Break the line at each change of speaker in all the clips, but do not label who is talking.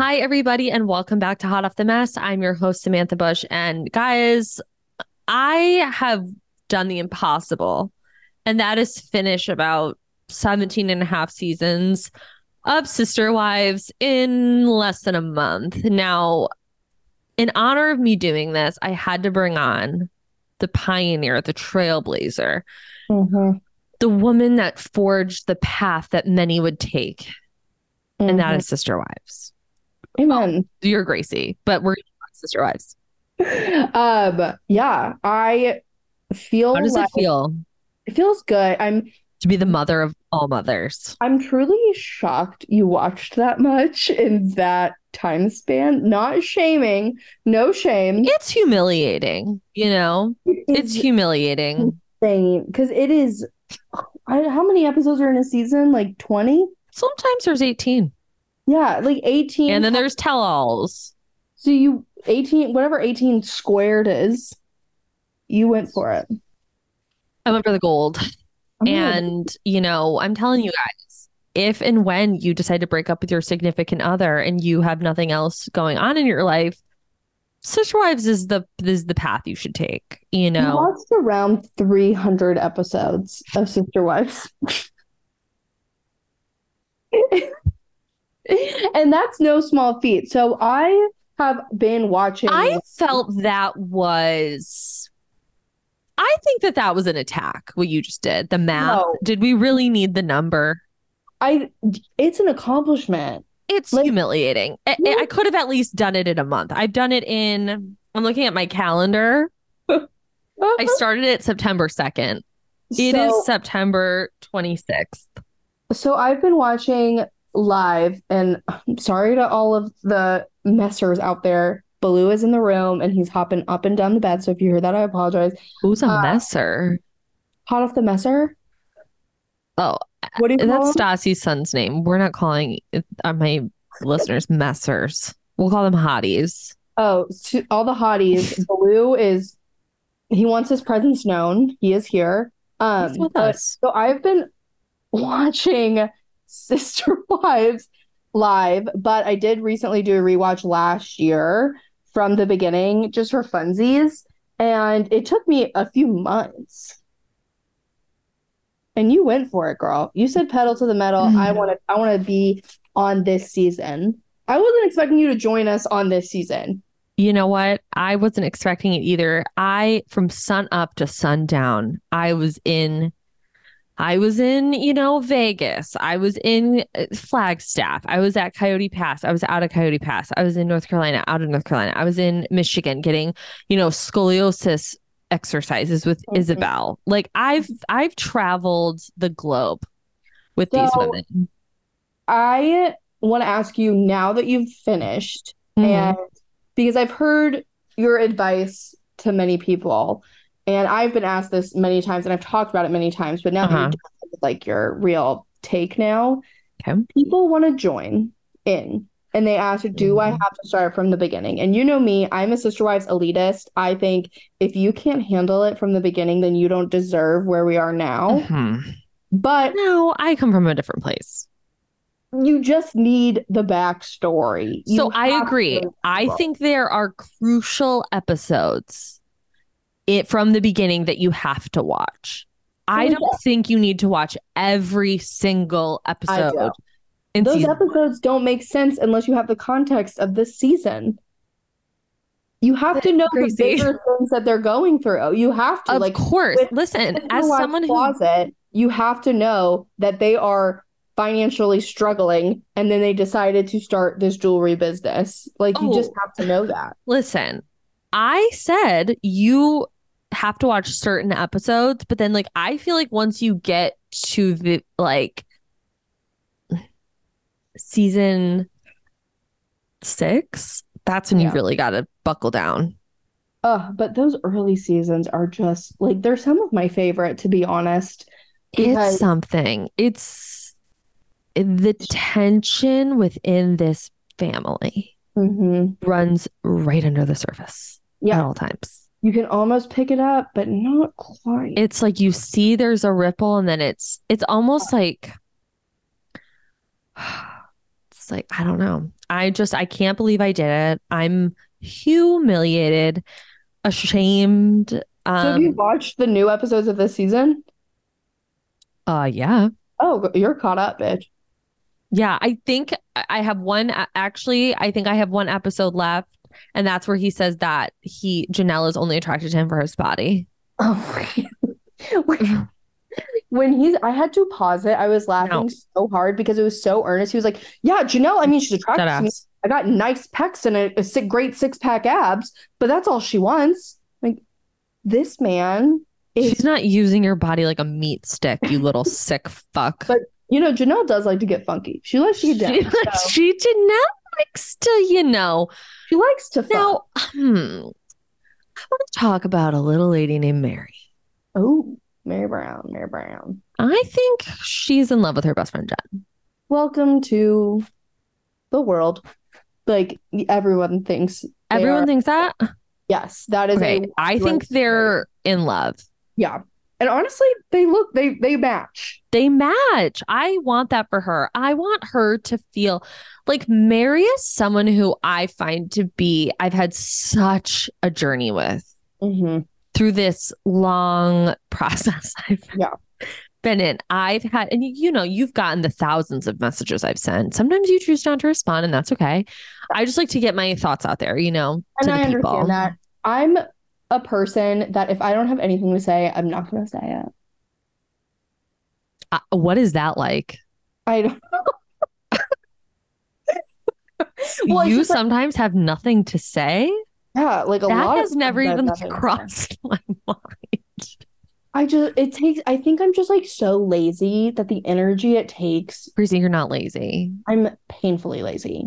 Hi, everybody, and welcome back to Hot Off the Mess. I'm your host, Samantha Bush. And guys, I have done the impossible, and that is finish about 17 and a half seasons of Sister Wives in less than a month. Now, in honor of me doing this, I had to bring on the pioneer, the trailblazer,
Mm-hmm.
the woman that forged the path that many would take, and
Mm-hmm.
that is Sister Wives
Amen.
you're Gracie, but we're sister wives.
Um, yeah, I feel
How does
like
it feel
it feels good. I'm
to be the mother of all mothers?
I'm truly shocked you watched that much in that time span. Not shaming, no shame.
It's humiliating, you know. It's humiliating.
insane because it is. I, how many episodes are in a season? Like twenty?
Sometimes there's 18,
Yeah, like eighteen.
and then there's tell-alls.
so you eighteen, whatever eighteen squared is, you went for it.
I went for the gold,
I'm gonna-
and you know, I'm telling you guys, if and when you decide to break up with your significant other and you have nothing else going on in your life, sister wives is the is the path you should take. You
I
know,
watched around 300 episodes of Sister Wives. and that's no small feat. So I have been watching.
I felt that was. I think that that was an attack. What you just did, the map.
No.
Did we really need the number?
I it's an accomplishment.
It's
Like-
humiliating. I, I- I could have at least done it in a month. I've done it in. I'm looking at my calendar. I started it September second. It is
Uh-huh. so,
September 26th.
so I've been watching live, and I'm sorry to all of the messers out there. Baloo is in the room and he's hopping up and down the bed. So if you hear that, I apologize.
Who's a
Uh,
messer?
Hot off the messer.
Oh,
What do you call
That's
him?
Stassi's son's name. We're not calling uh, my listeners messers. We'll call them hotties.
Oh, to all the hotties, Blue is he wants his presence known. He is here. Um,
He's with
but-
us.
so I've been watching Sister Wives live, but I did recently do a rewatch last year from the beginning just for funsies, and it took me a few months. And you went for it, girl. You said pedal to the metal. I want to I want to be on this season. I wasn't expecting you to join us on this season.
You know what? I wasn't expecting it either. I from sun up to sundown, I was in I was in, you know, Vegas. I was in uh, Flagstaff. I was at Coyote Pass. I was out of Coyote Pass. I was in North Carolina, out of North Carolina. I was in Michigan getting, you know, scoliosis exercises with
Mhm.
Isabel. Like I've I've traveled the globe with these
So,
women. Mm-hmm.
I want to ask you now that you've finished,
Mhm.
and because I've heard your advice to many people, and I've been asked this many times, and I've talked about it many times, but now that you've
Uh-huh.
done it with, like your real take now,
Okay.
people want to join in. And they ask, do I
Mhm.
have to start from the beginning? And you know me, I'm a sister wives elitist. I think if you can't handle it from the beginning, then you don't deserve where we are now.
Mhm.
But
No, I come from a different place.
you just need the backstory. You
So I
have
agree.
to-
I
well.
think there are crucial episodes it from the beginning that you have to watch. I
Oh,
don't think you need to watch every single
I do.
episode. in
Those
season one.
episodes don't make sense unless you have the context of this season. You have to know
Crazy.
the bigger things that they're going through. You have to
Of
like
course.
with-
Listen, as
Watch
someone who
closet, you have to know that they are financially struggling and then they decided to start this jewelry business. Like you just
Oh.
have to know that.
listen, I said you have to watch certain episodes, but then like I feel like once you get to the like season six, that's when you
Yeah.
really gotta buckle down.
Ugh, but those early seasons are just like they're some of my favorite, to be honest.
it's
Because-
something. It's the tension within this family
Mhm.
runs right under the surface at
Yeah,
all times.
you can almost pick it up, but not quite.
it's like you see there's a ripple and then it's it's almost like it's like i don't know i just i can't believe i did it i'm humiliated ashamed
so have you
um
watched the new episodes of this season?
uh yeah
Oh, you're caught up, bitch.
yeah i think I- i have one a- actually i think i have one episode left and that's where he says that he janelle is only attracted to him for his body
Oh when, when he's I had to pause it. I was laughing
No.
so hard because it was so earnest. He was like, Yeah, Janelle, I mean she's attractive.
that
to me.
ass
I got nice pecs and a, a si- great six pack abs, but that's all she wants. Like this man is
she's not using your body like a meat stick you little sick fuck
But you know, Janelle does like to get funky. She likes to
She,
get down.
likes-
so
she did not likes to, you know.
she likes to fuck.
Now, hmm, I want to talk about a little lady named Mary.
oh, Mary Brown, Mary Brown.
I think she's in love with her best friend, Jen.
Welcome to the world. Like everyone thinks They
Everyone
are-
thinks that.
yes, that is
Okay,
a
I think they're in love.
Yeah. And honestly, they look they they match.
They match. I want that for her. I want her to feel like Mary is someone who I find to be, I've had such a journey with.
Mm-hmm.
through this long process I've
Yeah.
been in. I've had, and you- you know, you've gotten the thousands of messages I've sent. Sometimes you choose not to respond, and that's okay. I just like to get my thoughts out there, you know,
And
to
I
the
understand
people.
that. I'm a person that if I don't have anything to say, I'm not gonna say it.
Uh, what is that like?
I don't Well, it's
you
just like-
sometimes have nothing to say.
yeah, like a
That
lot of
has never
people have
even
nothing to say.
crossed my mind.
I just it takes I think I'm just like so lazy that the energy it takes,
Breezy, you're not lazy.
I'm painfully lazy.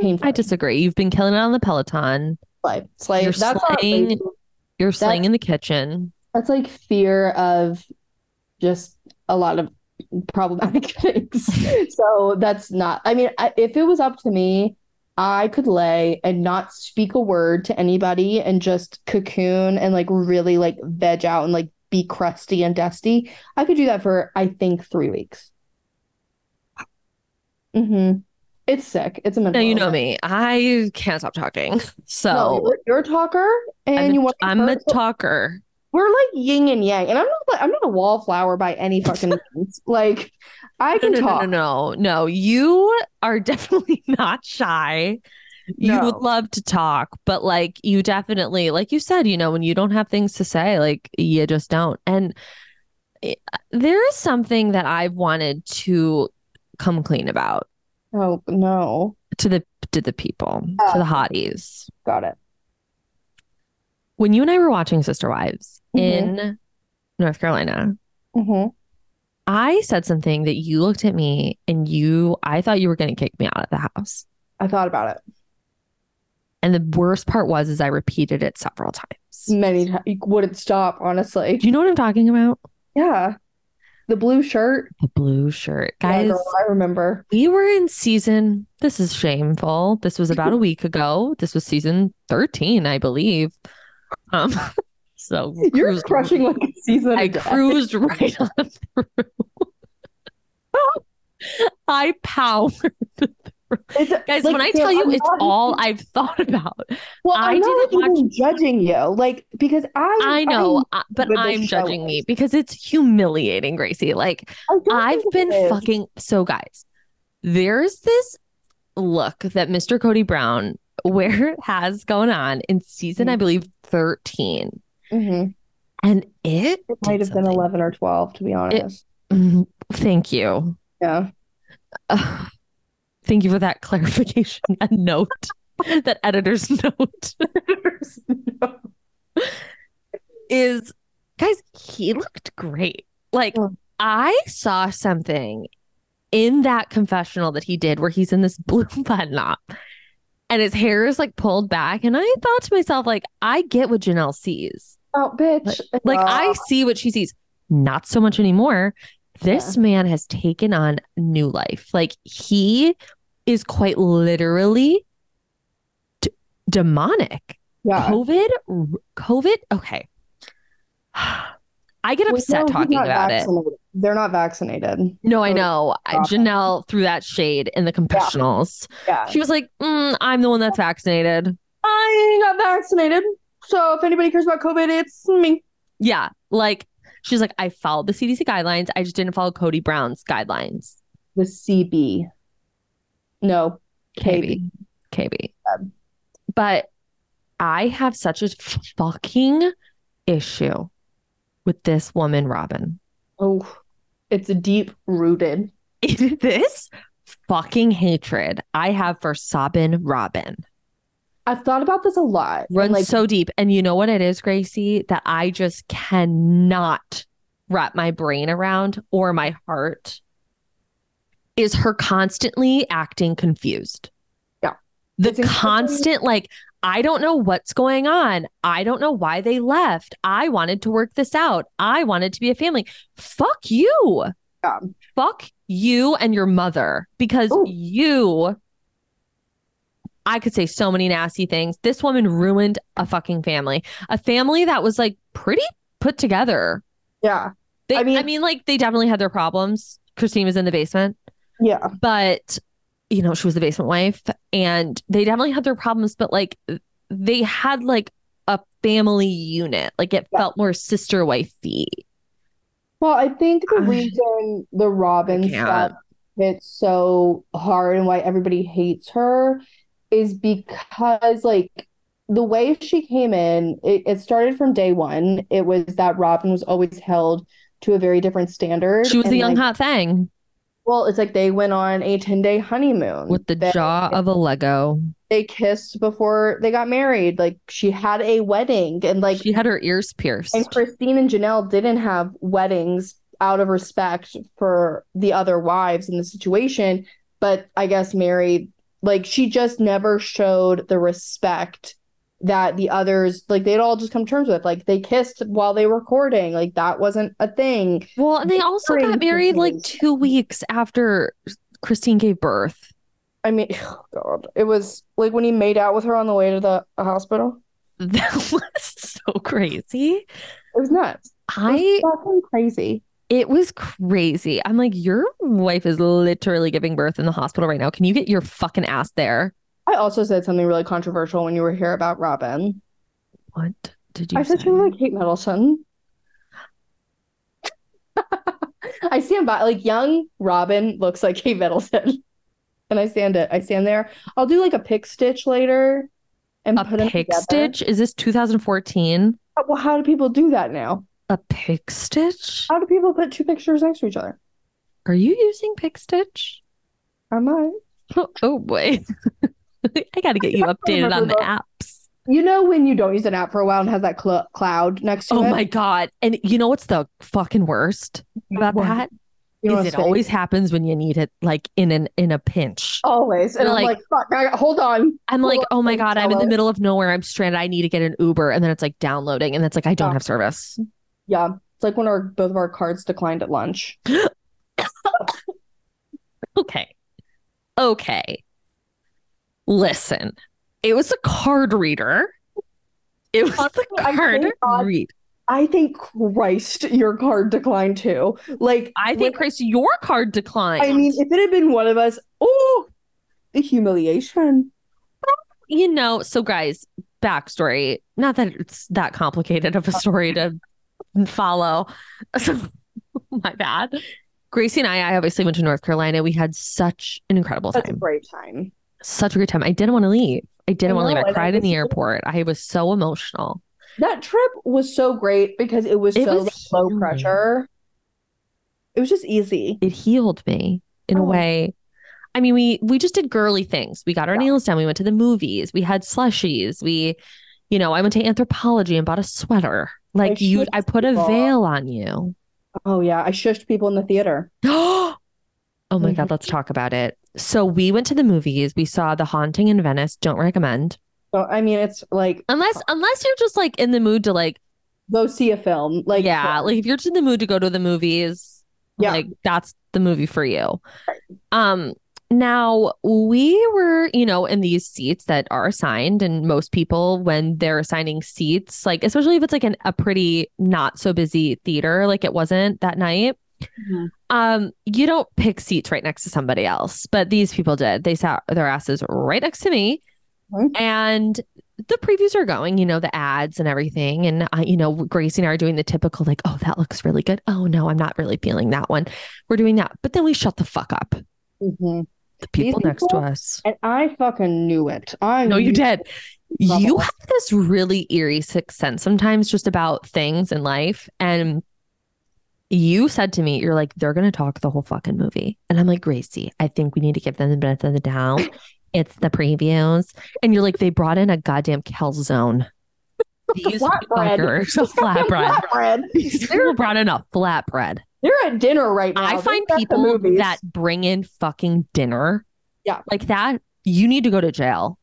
Painfully.
I disagree. You've been killing it on the Peloton.
Slay. Slay.
You're
That's not
slaying-
lazy.
You're slaying in the kitchen.
That's like fear of just a lot of problematic things. So that's not, I mean, I, if it was up to me, I could lay and not speak a word to anybody and just cocoon and like really like veg out and like be crusty and dusty. I could do that for, I think, three weeks. hmm It's sick. It's a
Now
mental
you know
illness.
me. I can't stop talking. So
No, you're, you're a talker and
I'm,
you
a-
want to
I'm a
hurt, so
talker.
we're like yin and yang, and I'm not like I'm not a wallflower by any fucking means. Like I
No,
can
no, no,
talk.
no, no, no. You are definitely not shy. You would
No.
love to talk, but like you definitely, like you said, you know, when you don't have things to say, like you just don't. And it, there is something that I've wanted to come clean about
Oh no,
to the to the people, to
Oh.
the hotties.
got it.
When you and I were watching Sister Wives
Mhm.
in North Carolina,
hmm
I said something that you looked at me and you, I thought you were going to kick me out of the house.
I thought about it
And the worst part was, is I repeated it several times. Do
many times. You wouldn't stop, honestly.
you know what I'm talking about?
Yeah, the blue shirt,
The blue shirt.
Yeah,
Guys,
girl, I remember.
we were in season, this is shameful. This was about a week ago. This was season 13, I believe. Um, so
You're
cruised-
crushing like a season.
I
of death.
cruised right on through. I powered
It's,
Guys,
like,
when I
Sam,
tell you
I'm
it's
not
all I've thought about,
Well,
I
I'm not
didn't watch-
even judging you, like because I
I know, uh, but
what this
I'm
show
judging me
is.
because it's humiliating, Gracie. Like,
I don't
I've
think it
been
is.
fucking so guys. There's this look that Mr. Cody Brown where has going on in season,
Mm-hmm.
I believe, 13.
Mhm.
And it,
It might
did
have been
something.
eleven or twelve, to be honest.
Mm, Thank you.
yeah,
Ugh. thank you for that clarification and note. that editor's note is guys, he looked great. Like
Mm.
I saw something in that confessional that he did where he's in this blue button up and his hair is like pulled back. And I thought to myself, like, I get what Janelle sees.
oh bitch,
Like I see what she sees. Not so much anymore. This man has taken on new life. Like he is quite literally d- demonic.
yeah.
COVID, COVID. Okay, I get
Well,
upset
no, he's
talking
not
about it.
vaccinated. They're not vaccinated.
No, I
Totally.
know. I-
Stop it.
Janelle threw that shade in the confessionals.
Yeah,
She was like, mm, "I'm the one that's vaccinated."
I got vaccinated. So if anybody cares about COVID, it's me.
Yeah, like she's like, "I followed the CDC guidelines. I just didn't follow Cody Brown's guidelines."
The CB. No, KB.
KB. KB. But I have such a fucking issue with this woman, Robin.
Oh, it's a deep rooted.
this fucking hatred I have for Sabin Robin
I've thought about this a lot. and,
runs
like
so deep. And you know what it is, Gracie, that I just cannot wrap my brain around or my heart is her constantly acting confused.
Yeah.
The
It's incredibly-
constant, like, I don't know what's going on. I don't know why they left. I wanted to work this out. I wanted to be a family. Fuck you
Yeah.
fuck you and your mother because
Ooh.
you I could say so many nasty things. This woman ruined a fucking family. A family that was like pretty put together.
yeah,
They
I
I
mean-
mean, like they definitely had their problems. Christine was in the basement,
yeah.
but you know, she was the basement wife and they definitely had their problems, but like they had like a family unit. Like it
Yeah.
felt more sister wifey.
Well, I think the
I-
reason the Robin stuff
can't.
hits so hard and why everybody hates her is because, like, the way she came in, it, it started from day one. It was that Robin was always held to a very different standard.
She was
and,
the young
like,
hot thing
well, it's like they went on a 10-day honeymoon.
with the
They-
jaw of a Lego.
they kissed before they got married. Like, she had a wedding, and like,
she had her ears pierced.
And Christine and Janelle didn't have weddings out of respect for the other wives in the situation, but I guess Mary, like, she just never showed the respect that the others, like, they'd all just come to terms with. Like, they kissed while they were courting, like, that wasn't a thing.
well, and they
They
also
were
got married like
engaged.
two weeks after Christine gave birth.
I mean, oh God, it was like when he made out with her on the way to the hospital.
That was so crazy.
It was nuts.
I
It was fucking crazy.
it was crazy. I'm like, your wife is literally giving birth in the hospital right now. Can you get your fucking ass there?
I also said something really controversial when you were here about Robin.
What did you
I
say?
said she was like Kate Middleton. I stand by like young Robin looks like Kate Middleton. And I stand it. I stand there. I'll do like a pick stitch later and
a
put them
pig
together.
stitch? Is this 2014?
Uh, Well, how do people do that now?
A pig stitch?
How do people put two pictures next to each other?
Are you using pig stitch?
Am I?
Oh, oh boy. I gotta get you
I
updated on
remember
the apps.
You know when you don't use an app for a while and has that cl- cloud next to
Oh
it?
my god! And you know what's the fucking worst about
What?
that?
You know
Is
what's
it
fake?
always happens when you need it, like in an in a pinch.
always? And
You're
I'm
like-
like, fuck, I, hold on.
I'm like,
Oh, well,
oh my
then
god, I'm in
tell
the
us.
middle of nowhere. I'm stranded. I need to get an Uber, and then it's like downloading, and it's like I don't
Yeah.
have service.
Yeah. It's like when our both of our cards declined at lunch.
Okay, okay. Listen, it was a card reader. It was the
I thank
card
God-
read.
I think Christ, your card declined too. Like
I think,
when-
Chris, your card declined.
I mean, if it had been one of us, oh, The humiliation.
you know, so guys, backstory. Not that it's that complicated of a story to follow. My bad. Gracie and I, I obviously went to North Carolina. We had such an incredible
That's a
time.
great time.
Such a great time. I didn't want to leave. I didn't
I
want to leave.
know,
I
and
cried
I
in the
was-
airport. I was so emotional.
That trip was so great because it was
It
so
was
low
healing.
pressure. It was just easy.
It healed me in a
Oh.
way. I mean, we we just did girly things. We got our
Yeah.
nails done. We went to the movies. We had slushies. We, you know, I went to anthropology and bought a sweater. Like you,
should
I put a
people.
veil on you.
Oh yeah, I shushed people in the theater.
oh my God,
Mhm.
let's talk about it. So we went to the movies. We saw The Haunting in Venice. Don't recommend.
So I mean, it's like
Unless unless you're just like in the mood to like
go see a film. Like
yeah, like if you're just in the mood to go to the movies,
Yeah.
like that's the movie for you. Um now we were, you know, in these seats that are assigned and most people when they're assigning seats, like especially if it's like an, a pretty not so busy theater like it wasn't that night,
Mm-hmm.
um you don't pick seats right next to somebody else but these people did they sat their asses right next to me
Mhm.
and the previews are going you know the ads and everything and I, you know gracie and i are doing the typical like oh that looks really good oh no i'm not really feeling that one we're doing that but then we shut the fuck up
Mhm.
the people next to
people-
us
And I fucking knew it. I
no you
knew-
did you
Bubble.
have this really eerie sixth sense sometimes just about things in life and you said to me you're like they're going to talk the whole fucking movie and i'm like gracie i think we need to give them the benefit of the doubt it's the previews and you're like they brought in a goddamn calzone these
Flatbread.
fuckers a flatbread
Flatbread.
these people brought in a flatbread
They're at dinner right now.
i
They're
find
at the
people
movies.
that bring in fucking dinner
Yeah.
like that you need to go to jail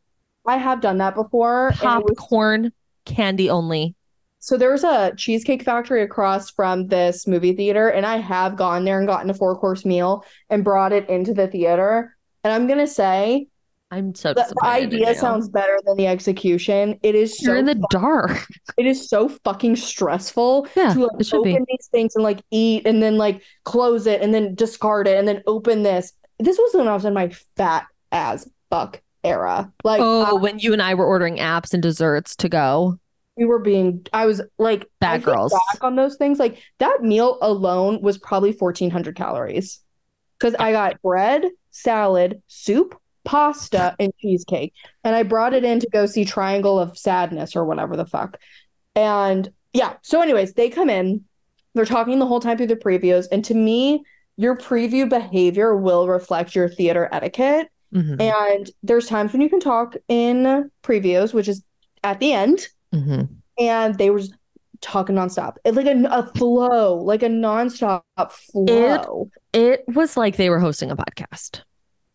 I have done that before. and it was
popcorn candy only
So there was a cheesecake factory across from this movie theater, and I have gone there and gotten a four course meal and brought it into the theater. And I'm gonna say
I'm so
that the
disappointed. in
idea
you.
sounds better than the execution. It is
You're
so
in the
fu-
dark.
it is so fucking stressful
Yeah,
to
it
like,
should be.
open these things and like eat and then like close it and then discard it and then open this. This was when I was in my fat as fuck era. Like uh,
oh,
I-
when you and I were ordering apps and desserts to go,
we were being i was like
Bad
I think
girls.
back on those things like that meal alone was probably 1400 calories because i got bread salad soup pasta and cheesecake and i brought it in to go see triangle of sadness or whatever the fuck and yeah so anyways they come in they're talking the whole time through the previews and to me your preview behavior will reflect your theater etiquette
Mhm,
and there's times when you can talk in previews which is at the end
mhm.
and they were just talking nonstop. It like a, a flow, like a nonstop flow.
it was like they were hosting a podcast,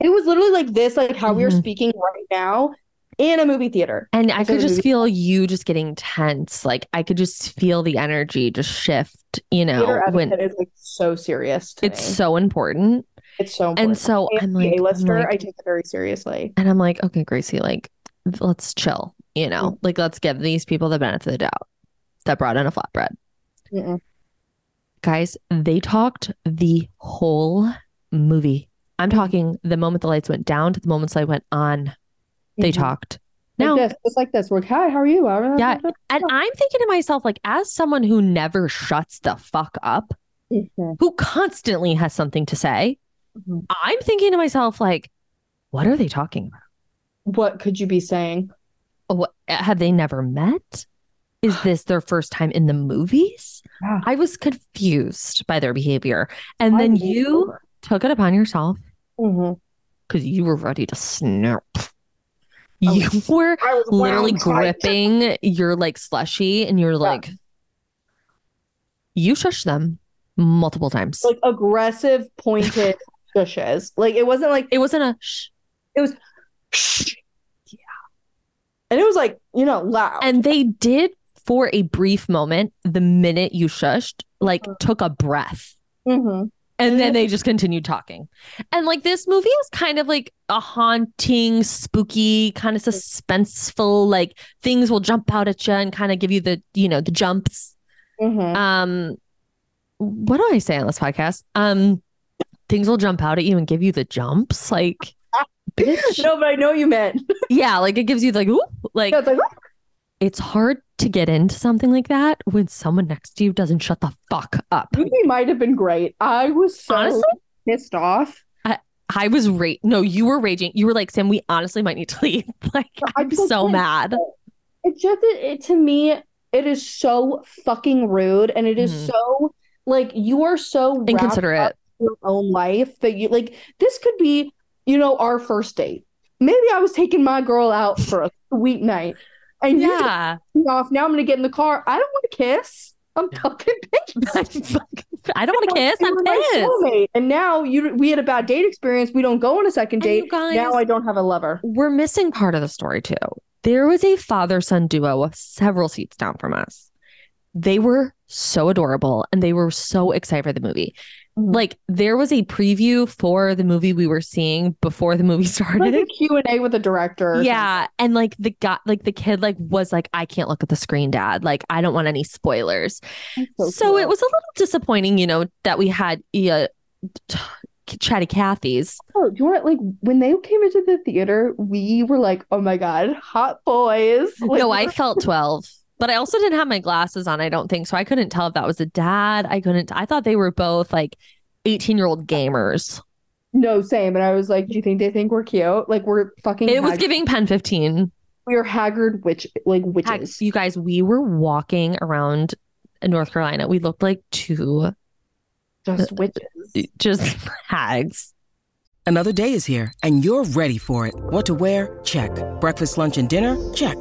It, was literally like this, like how we are
Mhm.
speaking right now in a movie theater.
and I could
Hosting a
just
movie.
feel you just getting tense. Like I could just feel the energy just shift. You know,
theater
when
etiquette is like so serious. To
it's
me.
so important,
it's so important.
and so
I am
I'm
the
like, I'm
A-lister,
like-
I take it very seriously.
and I'm like, okay, Gracie, like let's chill. You know, like let's give these people the benefit of the doubt that brought in a flatbread.
Mm-mm.
guys they talked the whole movie i'm talking the moment the lights went down to the moment the light went on they
Mhm.
talked
Like
now
this, just like this. We're like, hi, how are you?
Yeah. and i'm thinking to myself like as someone who never shuts the fuck up
Mhm.
who constantly has something to say
Mhm.
i'm thinking to myself like what are they talking about
What could you be saying?
what, Oh, have they never met is this their first time in the movies
Yeah.
i was confused by their behavior and then
I'm
you
over.
took it upon yourself
Mhm.
because you were ready to snap.
Oh, I
You were
I was
literally
wound tight.
gripping your like slushy, and you're like, you shush them multiple times.
like aggressive pointed shushes. Like it wasn't like
it wasn't a shh,
and it was like, you know, loud.
and they did for a brief moment. The minute you shushed, like
Uh-huh.
took a breath,
Mhm.
and then they just continued talking. And like this movie is kind of like a haunting, spooky, kind of suspenseful. Like things will jump out at you and kind of give you the you know the jumps.
Mm-hmm.
um what do i say on this podcast um things will jump out at you and give you the jumps like bitch.
No, but I know what you meant.
Yeah, like it gives you like, whoop, like
Yeah, it's like, "Oh,
it's hard to get into something like that when someone next to you doesn't shut the fuck up.
movie might have been great. I was so
Honestly?
pissed off.
I was rate. No, you were raging. You were like, Sam, we honestly might need to leave. Like,
I
I'm
just
so
went-
mad.
It just it, it to me, it is so fucking rude, and it is
Mhm.
so like you are so wrapped up
Inconsiderate.
in your own life that you like. This could be, you know, our first date. Maybe I was taking my girl out for a sweet night, and you took
Yeah.
me off. Now I'm gonna get in the car. I don't want to kiss. I'm fucking
I'm fucking- I don't want to kiss.
You
I'm
were my
pissed.
soulmate, And now you we had a bad date experience. We don't go on a second
And you
date.
guys-
now I don't have a lover.
We're missing part of the story too. There was a father son duo several seats down from us. They were so adorable and they were so excited for the movie.
Mhm.
Like there was a preview for the movie we were seeing before the movie
Like
started.
a Q&A with the director. or
yeah and like the guy like the kid like was like i can't look at the screen dad like i don't want any spoilers
something.
so,
That's
it
cool.
was a little disappointing you know that we had uh, t- chatty cathy's
Oh, do you want like when they came into the theater, we were like, "Oh my god, hot boys!" Like,
no Oh, i
we
felt 12 but i also didn't have my glasses on i don't think so i couldn't tell if that was a dad i couldn't i thought they were both like 18 year old gamers
were- no same. And I was like, "Do you think they think we're cute? Like we're fucking
it was
hag-
giving pen 15
we are haggard witch like witches."
you guys we were walking around north carolina we looked like two
Just witches.
just hags
Another day is here, and you're ready for it. What to wear? Check. Breakfast, lunch, and dinner? Check.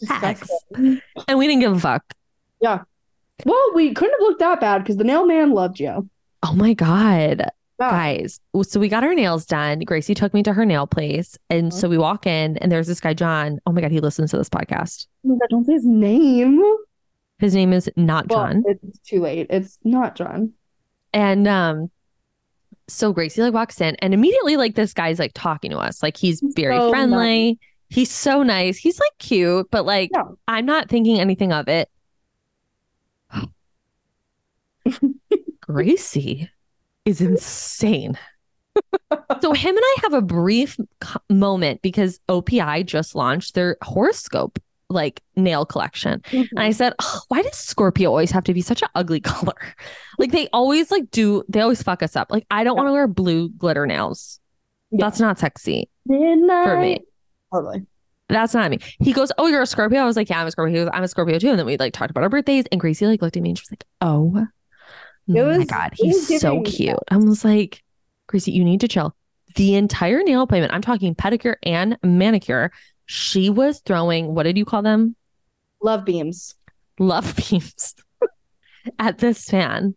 Disgusting.
and we didn't give a fuck.
Well, we couldn't have looked that bad because the nail man loved you.
Oh my god,
Yeah.
guys! So we got our nails done. Gracie took me to her nail place, and so we walk in, and there's this guy John. Oh my god, he listens to this podcast.
Oh my God, don't say his name.
His name is not John,
Well, it's too late. It's not John.
and um, so Gracie like walks in, and immediately like this guy's like talking to us, like he's
He's
very
so
friendly. He's so nice. He's like cute, but like
Yeah.
I'm not thinking anything of it. Gracie is insane. so him and I have a brief co- moment because OPI just launched their horoscope like nail collection.
Mm-hmm.
And I said, "Ugh, "Why does Scorpio always have to be such an ugly color? Like they always like do they always fuck us up. Like I don't want to wear blue glitter nails.
Yeah.
That's not sexy
Midnight.
for me."
Totally.
That's not me. He goes, Oh, you're a Scorpio. I was like, Yeah, I'm a Scorpio. He goes, I'm a Scorpio too. And then we like talked about our birthdays. And Gracie like looked at me and she was like, Oh my
was-
God,
it was
he's so
giving-
cute. I was like, Gracie, you need to chill. The entire nail appointment, I'm talking pedicure and manicure, she was throwing, what did you call them?
Love beams.
Love beams at this fan,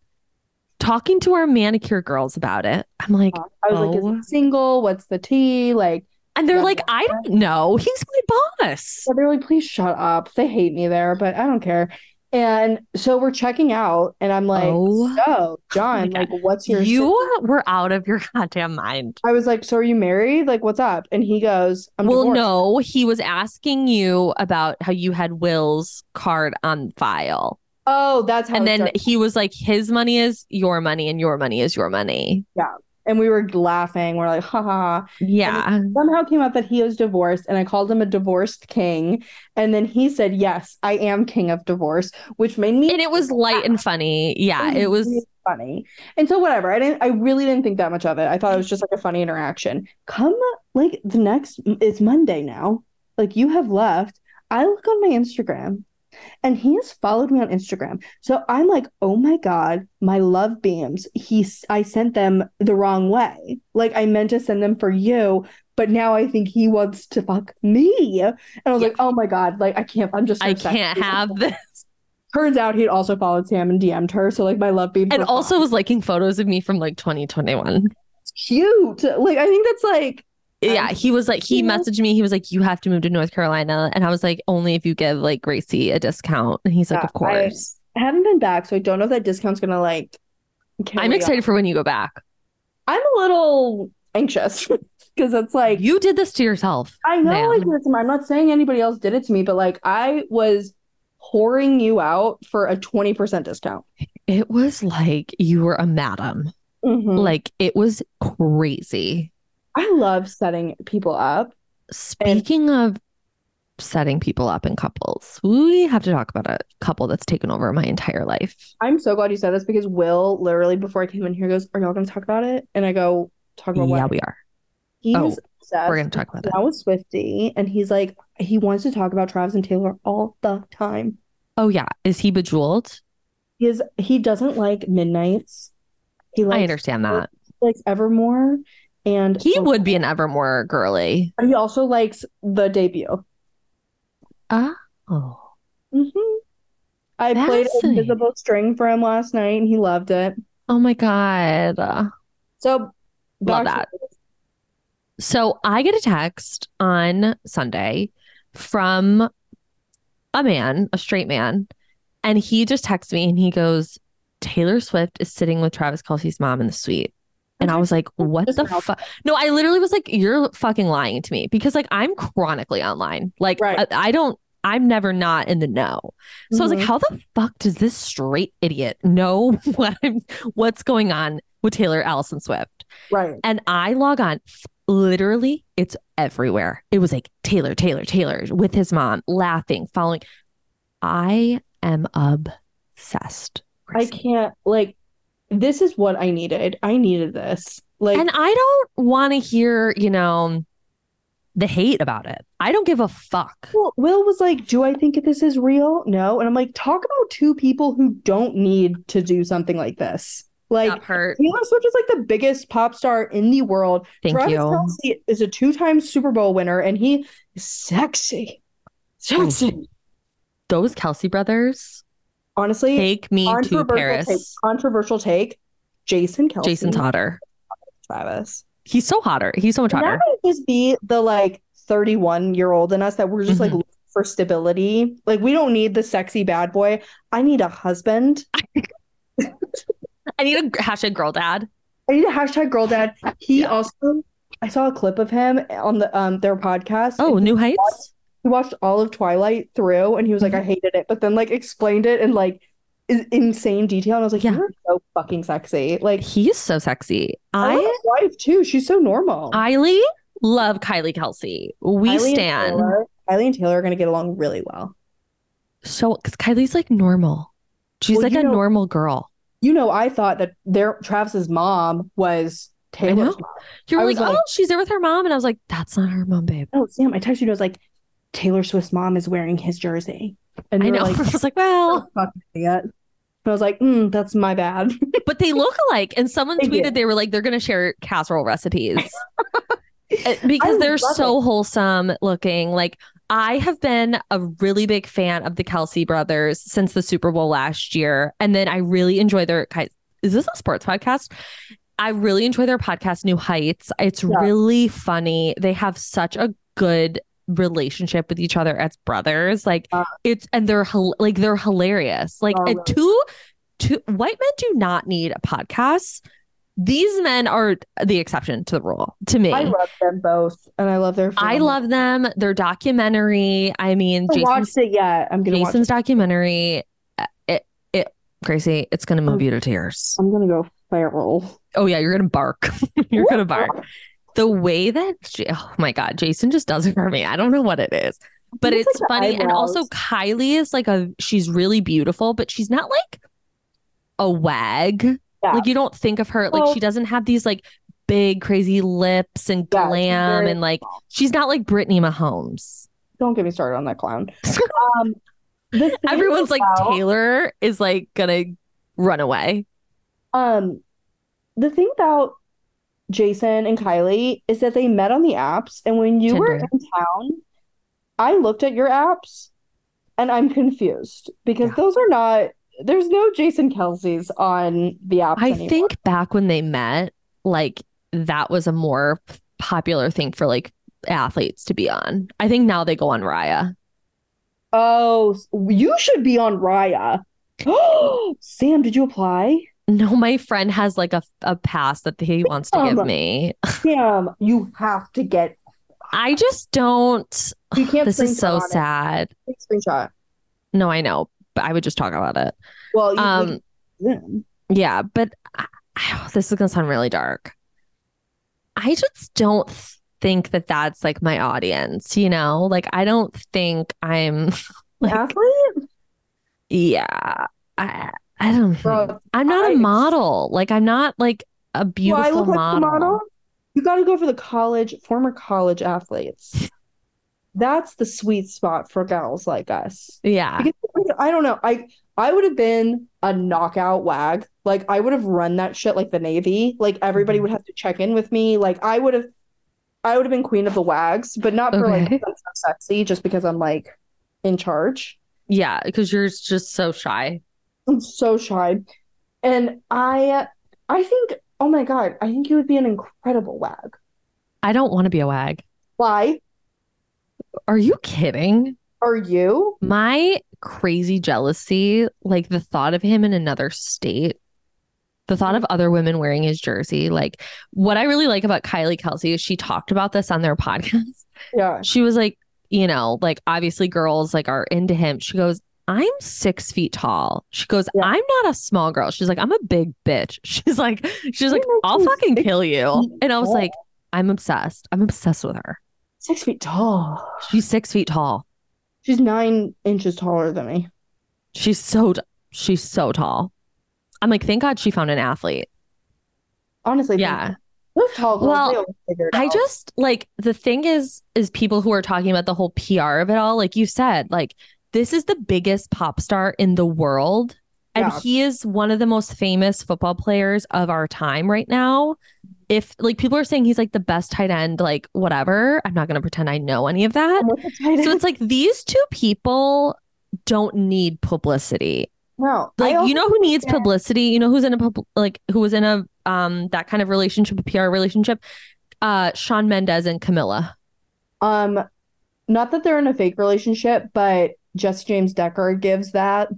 talking to our manicure girls about it. I'm like,
I was like,
Oh.
is he single? What's the tea? Like,
and they're
Yeah.
like, I don't know. He's my boss.
so they're like, please shut up. They hate me there, but I don't care. And so we're checking out, and I'm like,
Oh.
so John,
God.
like, what's your
You were out of your goddamn mind.
I was like, so are you married? Like, what's up? And he goes, I'm
well,
divorced.
no, he was asking you about how you had Will's card on file.
Oh, that's how.
and
it
then
started.
he was like, his money is your money and your money is your money.
and we were laughing. We're like, ha ha. ha.
Yeah.
Somehow came out that he was divorced, and I called him a divorced king. And then he said, yes, I am king of divorce, which made me
And it was light and funny. Yeah. It was
really funny. And so whatever. I didn't I really didn't think that much of it. I thought it was just like a funny interaction. Come like the next it's Monday now. Like you have left. I look on my Instagram And he has followed me on Instagram. So I'm like, oh my God, my love beams. He's I sent them the wrong way. Like I meant to send them for you, but now I think he wants to fuck me. And I was
Yeah.
like, oh my God, like I can't, I'm just so
I
sexy.
can't have this.
Turns out he'd also followed Sam and DM'd her. So like my love beams.
And
were gone.
also was liking photos of me from like 2021.
cute. Like I think that's like
Yeah, he was like he
you know?
messaged me. He was like, "You have to move to North Carolina," and I was like, "Only if you give like Gracie a discount." And he's like,
Yeah,
"Of course."
I haven't been back, so I don't know if that discount's gonna like. carry
I'm
on.
excited for when you go back.
I'm a little anxious because it's like
you did this to yourself.
I know I
ma'am.
did it to my, I'm not saying anybody else did it to me, but like I was whoring you out for a twenty percent discount.
It was like you were a madam.
Like
Like it was crazy.
I love setting people up.
Speaking of setting people up in couples, we have to talk about a couple that's taken over my entire life.
I'm so glad you said this because Will literally before I came in here goes, "Are y'all gonna talk about it?" And I go, "Talk about
Yeah,
what?"
we are.
He's
oh,
obsessed.
We're gonna talk about that.
That was Swifty, and he's like, he wants to talk about Travis and Taylor all the time.
Oh yeah, is he bejeweled?
His he doesn't like midnights. He
I
likes
understand that.
he likes Evermore, and
He would be an Evermore girly.
He also likes the debut.
Oh,
hmm I played
Fascinating.
Invisible String for him last night, and he loved it.
oh my god. Uh,
So
Love
back to-
So I get a text on Sunday from a man, a straight man, and he just texts me and he goes, Taylor Swift is sitting with Travis Kelsey's mom in the suite. And I was like, what
Just
the
now.
fuck? No, I literally was like, you're fucking lying to me because, like, I'm chronically online. Like,
Right.
I, I don't, I'm never not in the know. So I was like,
Mhm.
how the fuck does this straight idiot know what I'm, what's going on with Taylor Allison Swift?
Mm-hmm. right.
And I log on. Literally, it's everywhere. It was like Taylor, Taylor, Taylor with his mom, laughing, following. I am obsessed.
I
Chrissy.
can't like. This is what I needed. I needed this. Like
and I don't want to hear, you know, the hate about it. I don't give a fuck.
Well, Will was like, "Do I think this is real?" No, and I'm like, "Talk about two people who don't need to do something like this." Like
Got hurt.
Taylor Swift is like the biggest pop star in the world.
Thank
Travis
you.
Kelce is a two-time Super Bowl winner, and he is sexy, sexy.
Those Kelsey brothers
Honestly,
take me to
controversial take.
Paris.
Controversial take. Jason Kelce,
Jason's hotter.
Travis.
He's so hotter. He's so much
And
hotter.
that might just be the like 31 year old in us that we're just like
Mhm.
looking for stability. Like we don't need the sexy bad boy. I need a husband.
I need a hashtag girl dad.
I need a hashtag girl dad. He
Yeah.
also I saw a clip of him on the um their podcast.
Oh, New Heights.
He watched all of Twilight through and he was like,
Mm-hmm.
I hated it, but then like explained it in like i- insane detail. And I was like,
Yeah.
You're so fucking sexy. Like
He is so sexy.
I
I
love his wife too. She's so normal.
Kylie, love Kylie Kelsey. We
Kylie and
stand.
Taylor- Kylie and Taylor are gonna get along really well.
So, because Kylie's like normal. She's
Well,
like
you
a
know-
normal girl.
You know, I thought that their Travis's mom was Taylor's
know.
mom.
You're
I
like,
was like-
oh, she's there with her mom. And I was like, that's not her mom, babe.
Oh, Sam, I texted you. I was like, Taylor Swift's mom is wearing his jersey. And
I
you were
know.
like,
I was like, well,
"Oh, fucking idiot. And I was like, mm, that's my bad.
but they look alike. And someone
They
tweeted
do.
they were like, they're going to share casserole recipes Uh, because
I
they're
love
so wholesome looking. Like, I have been a really big fan of the Kelsey brothers since the Super Bowl last year. And then I really enjoy their. Ki- Is this a sports podcast? I really enjoy their podcast, New Heights. It's
Yeah.
really funny. They have such a good relationship with each other as brothers. Like
Uh.
it's and they're hil- like they're hilarious. Like
Oh,
a
really?
two two white men do not need a podcast. These men are the exception to the rule to me.
I love them both, and I love their.
I
film.
love them. Their documentary. I mean,
I haven't
Jason's,
watched it yet. I'm gonna watch.
Jason's
It.
documentary. uh, It, it, Gracie, it's gonna
Um,
move you to tears.
I'm gonna go feral.
Oh yeah, you're gonna bark. you're gonna bark. the way that J- oh my god jason just does it for me i don't know what it is but
think
it's,
it's like the
funny and also
eyebrows.
kylie is like a she's really beautiful but she's not like a wag
Yeah.
like you don't think of her
Well-
like she doesn't have these like big crazy lips and
Yeah, she's
glam
very
and like she's not like brittany mahomes
Don't get me started on that clown. Um, The thing
Everyone's like
about-
Taylor is like gonna run away.
Um, the thing about Jason and Kylie is that they met on the apps, and when you were
Tinder.
in town, I looked at your apps and I'm confused because
Yeah.
those are not, there's no Jason Kelsey's on the apps
I
anymore.
think back when they met, like that was a more p- popular thing for like athletes to be on. I think now they go on Raya.
Oh, s- you should be on Raya. Sam, did you apply?
No, my friend has like a, a pass that he wants to give
Awesome.
me.
Sam, you have to get,
I just don't.
you can't
This is
screenshot
so
on it.
sad.
You can't Screenshot.
No, I know, but I would just talk about it.
Well, you,
Um,
you-
yeah, but I, I- this is gonna sound really dark. I just don't think that that's like my audience, you know? Like, I don't think I'm, like-
athlete?
yeah, I, I don't,
Bro,
I'm not a
I-
model. Like, I'm not like a
Do I
beautiful
look like the
model.
model? You got to go for the college, former college athletes. That's the sweet spot for gals like us.
Yeah.
Because I don't know. I I would have been a knockout wag. Like I would have run that shit like the Navy. Like
Mm-hmm.
everybody would have to check in with me. Like I would have I would have been queen of the wags, but not for like
Okay.
that's so sexy, just because I'm like in charge.
Yeah. Cause you're just so shy.
I'm so shy. And I I think, oh my God, I think you would be an incredible wag.
I don't want to be a wag.
Why
Are you kidding?
are you?
My crazy jealousy, like the thought of him in another state, the thought of other women wearing his jersey. Like, what I really like about Kylie Kelsey is she talked about this on their podcast.
Yeah.
She was like, you know, like obviously girls like are into him. She goes, I'm six feet tall. She goes,
Yeah.
I'm not a small girl. She's like, I'm a big bitch. She's like, she's like,
know
I'll
she's
fucking
six
kill you.
feet
And I was
tall.
like, I'm obsessed. I'm obsessed with her.
Six feet tall.
She's six feet tall.
She's nine inches taller than me.
She's so t- she's so tall. I'm like, thank God she found an athlete.
Honestly,
Yeah.
Those tall girls,
Well,
they always figure it
I
out.
just like the thing is is people who are talking about the whole PR of it all, like you said, like this is the biggest pop star in the world. And
Yeah.
he is one of the most famous football players of our time right now. If like people are saying he's like the best tight end, like whatever, I'm not gonna pretend I know any of that.
I'm with the tight
So
end.
it's like these two people don't need publicity.
No, I
like
also
you know who
think
needs
that-
publicity you know who's in a pub- like who was in a um that kind of relationship a pr relationship uh sean mendez and camilla
Um, not that they're in a fake relationship, but Jesse James Decker gives that.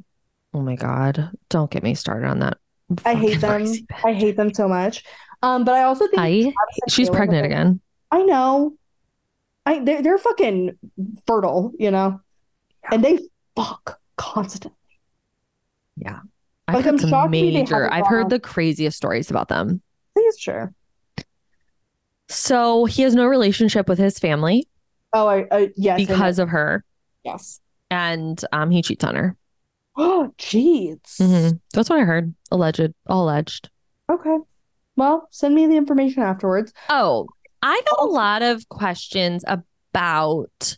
oh my god don't get me started on that
I hate them. I hate them so much. Um, but I also think
I,
Travis and
she's
Taylor-
pregnant again
I know. I they're they're fucking fertile, you know, and they fuck constantly.
i've
Like,
heard
I'm
some
shocked we didn't have
major
a
i've heard
bomb.
the craziest stories about them
Please, sure.
so he has no relationship with his family
Oh, I uh, yes, I know.
because of her
yes.
and um he cheats on her
Oh, jeez.
Mhm. that's what i heard alleged all alleged
Okay. Well, send me the information afterwards.
oh i got a
Also-
lot of questions about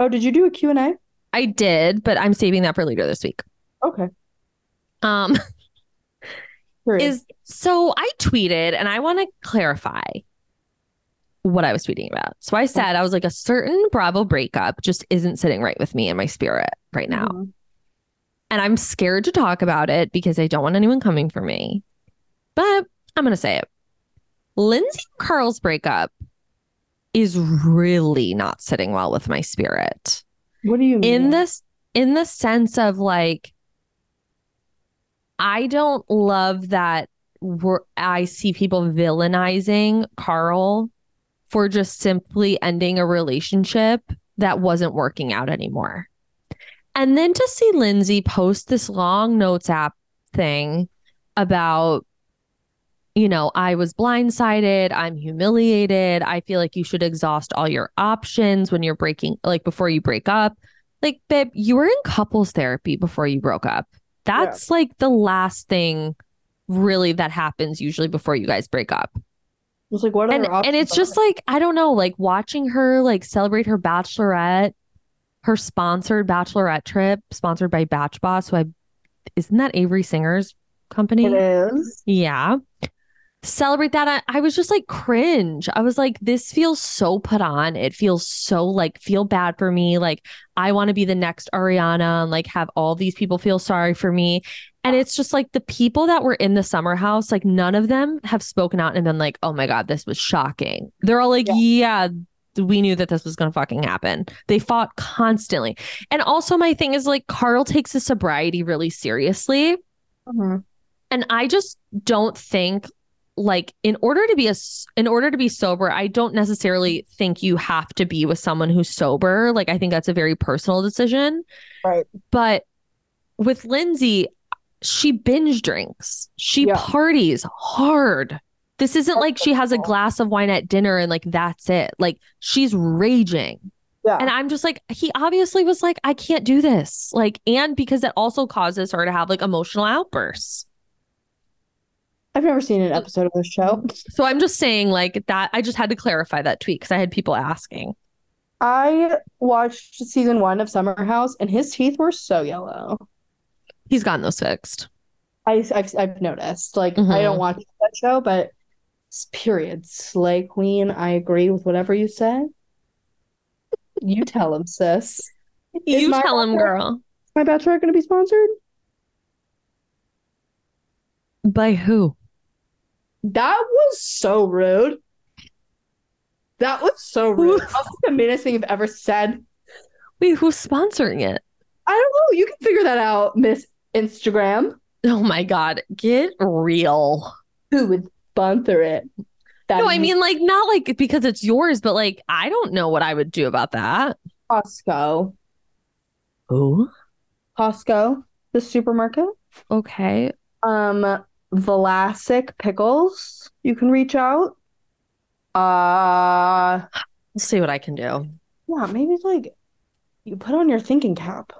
Oh, did you do a Q and A?
I did, but I'm saving that for later this week.
Okay.
Um
Period.
is so I tweeted and I want to clarify what I was tweeting about. So I said I was like a certain Bravo breakup just isn't sitting right with me in my spirit right now.
Mhm.
And I'm scared to talk about it because I don't want anyone coming for me. But I'm going to say it. Lindsay and Carl's breakup is really not sitting well with my spirit
What do you mean?
in this in the sense of like i don't love that we're, i see people villainizing carl for just simply ending a relationship that wasn't working out anymore and then to see lindsay post this long notes app thing about you know i was blindsided i'm humiliated i feel like you should exhaust all your options when you're breaking like before you break up like babe you were in couples therapy before you broke up
Yeah.
that's like the last thing really that happens usually before you guys break up
It's like what
and
other
and
options
it's
are
just
there?
like i don't know like watching her like celebrate her bachelorette her sponsored bachelorette trip, sponsored by Batch Boss, who I isn't that Avery Singer's company?
It is.
Yeah. Celebrate that. I, I was just like cringe. I was like, this feels so put on. It feels so like, feel bad for me. Like, I want to be the next Ariana and like have all these people feel sorry for me. And it's just like the people that were in the summer house, like, none of them have spoken out and been like, oh my God, this was shocking. They're all like, yeah, we knew that this was going to fucking happen. They fought constantly. And also, my thing is like, Carl takes his sobriety really seriously.
Mhm.
And I just don't think like in order to be a s- in order to be sober, I don't necessarily think you have to be with someone who's sober. Like I think that's a very personal decision.
Right.
But with Lindsay, she binge drinks. She
Yeah.
parties hard. This isn't
That's
like she has a
difficult.
glass of wine at dinner and like that's it. Like she's raging.
Yeah.
And I'm just like, he obviously was like, I can't do this. Like, and because that also causes her to have like emotional outbursts.
I've never seen an episode of this show.
So I'm just saying, like, that I just had to clarify that tweet because I had people asking.
I watched season one of Summer House, and his teeth were so yellow.
He's gotten those fixed.
I, I've, I've noticed. Like, I
Mm-hmm.
don't watch that show, but s- period, Slay Queen. I agree with whatever you say. You tell him, sis. Is
you
my
tell him,
bachelor-
girl.
Is my bachelorette going to be sponsored?
By who?
That was so rude. That was so rude. That was the meanest thing you've ever said.
Wait, who's sponsoring it?
I don't know. You can figure that out, Miss Instagram.
Oh my God. Get real.
Who would sponsor it? That
No, I mean, like, not like because it's yours, but like, I don't know what I would do about that.
Costco.
Who?
Costco, the supermarket.
Okay.
Um, Velasic Pickles. You can reach out. Uh,
Let's see what I can do.
yeah, maybe like you put on your thinking cap.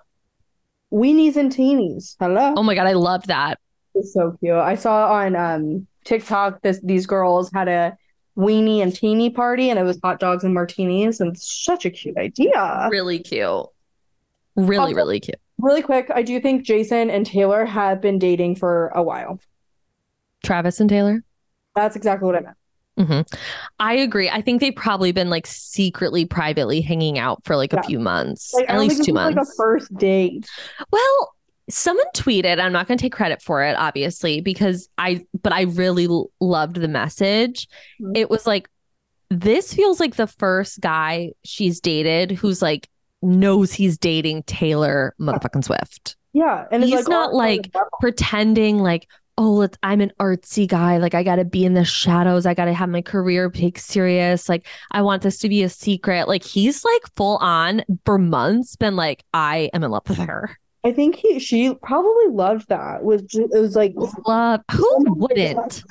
Weenies and teenies. Hello.
Oh my God. I love that.
It's so cute. I saw on um TikTok this these girls had a weenie and teeny party and it was hot dogs and martinis and it's such a cute idea.
really cute. Really,
Uh, Also-
really cute.
Really quick, I do think Jason and Taylor have been dating for a while.
Travis and Taylor.
That's exactly what I meant.
hmm I agree. I think they've probably been like secretly, privately hanging out for like
Yeah.
a few months,
Like I
at
don't
least
think
two
this was,
months.
like a first date.
well, someone tweeted. I'm not going to take credit for it, obviously, because I. But I really l- loved the message.
Mhm.
It was like, this feels like the first guy she's dated who's like knows he's dating Taylor motherfucking Swift.
Yeah, and it's
He's
like
not,
oh,
like- pretending like oh let's i'm an artsy guy like i gotta be in the shadows i gotta have my career take serious like i want this to be a secret like he's like full on for months been like i am in love with her
I think he she probably loved that. Was ju- it was like
love who wouldn't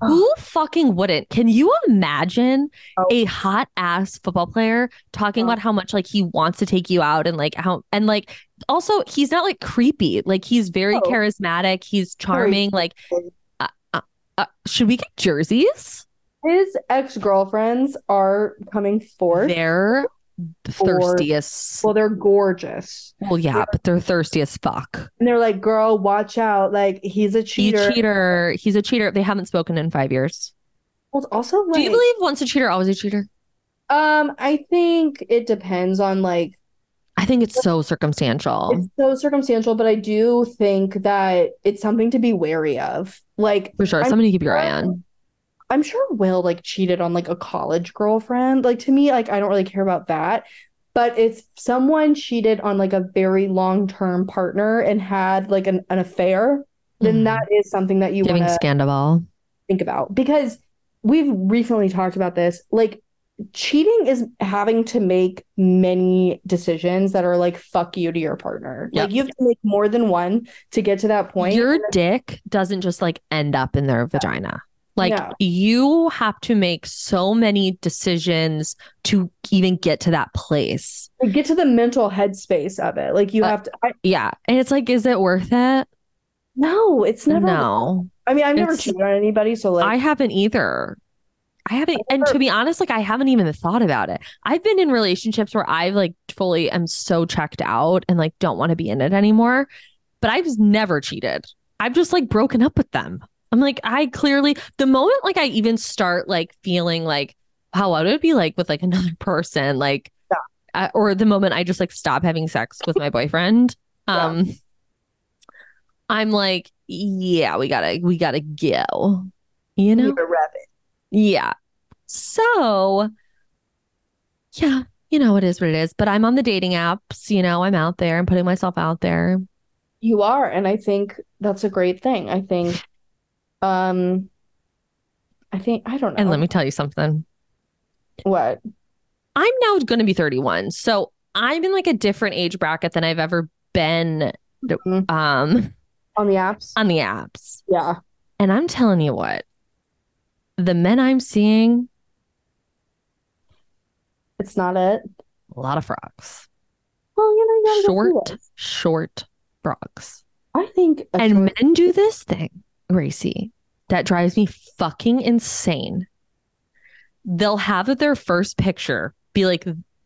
who fucking wouldn't can you imagine
Oh.
a hot ass football player talking
Oh.
about how much like he wants to take you out and like how and like also he's not like creepy like he's very
No.
charismatic he's charming like uh, should we get jerseys
his ex-girlfriends are coming forth.
They're thirsty as
Well, they're gorgeous.
well, yeah, but they're thirsty as fuck.
And they're like, girl, watch out. Like, he's a
He's
cheater.
a cheater. He's a cheater. They haven't spoken in five years.
Well, it's also,
Do you
like-
believe once a cheater, always a cheater?
um, I think it depends on like,
I think it's so circumstantial
it's so circumstantial, but I do think that it's something to be wary of. Like,
for sure.
I'm
Somebody keep your eye
sure-
on.
Um, I'm sure Will like cheated on like a college girlfriend. Like, to me, like, I don't really care about that. But if someone cheated on like a very long-term partner and had like an, an affair, then
Mhm.
that is something that you want
giving
to
scandal.
think about because we've recently talked about this. Like, cheating is having to make many decisions that are like, fuck you to your partner.
Yeah.
Like, you have to make more than one to get to that point.
Your dick doesn't just like end up in their vagina. Like
No.
you have to make so many decisions to even get to that place.
Like, get to the mental headspace of it. Like, you
Uh,
have to. I,
Yeah. And it's like, is it worth it?
no, it's never.
no.
I mean, I've never
It's-
cheated on anybody. So, like,
I haven't either. I haven't, and to be honest, like I haven't even thought about it. I've been in relationships where I've like fully am so checked out and like don't want to be in it anymore, but I've never cheated. I've just like broken up with them. I'm like, I clearly, the moment like I even start like feeling like, how would it be like with like another person? Like, I- or the moment I just like stop having sex with my boyfriend,
Yeah.
um, I'm like, yeah, we gotta, we gotta go, you know?
Need a rabbit.
Yeah. So, yeah, you know, it is what it is. But I'm on the dating apps. You know, I'm out there. I'm putting myself out there.
You are, and I think that's a great thing. I think, um, I think I don't know
And let me tell you something.
what.
I'm now going to be 31. So I'm in like a different age bracket than I've ever been
Mhm.
um,
On the apps?
on the apps.
Yeah.
And I'm telling you what, the men I'm seeing,
It's not it.
a lot of frogs,
Well, you know, you gotta go
short,
through it.
short frogs.
I think a
and
short-
men do this thing, Gracie, that drives me fucking insane. They'll have their first picture be like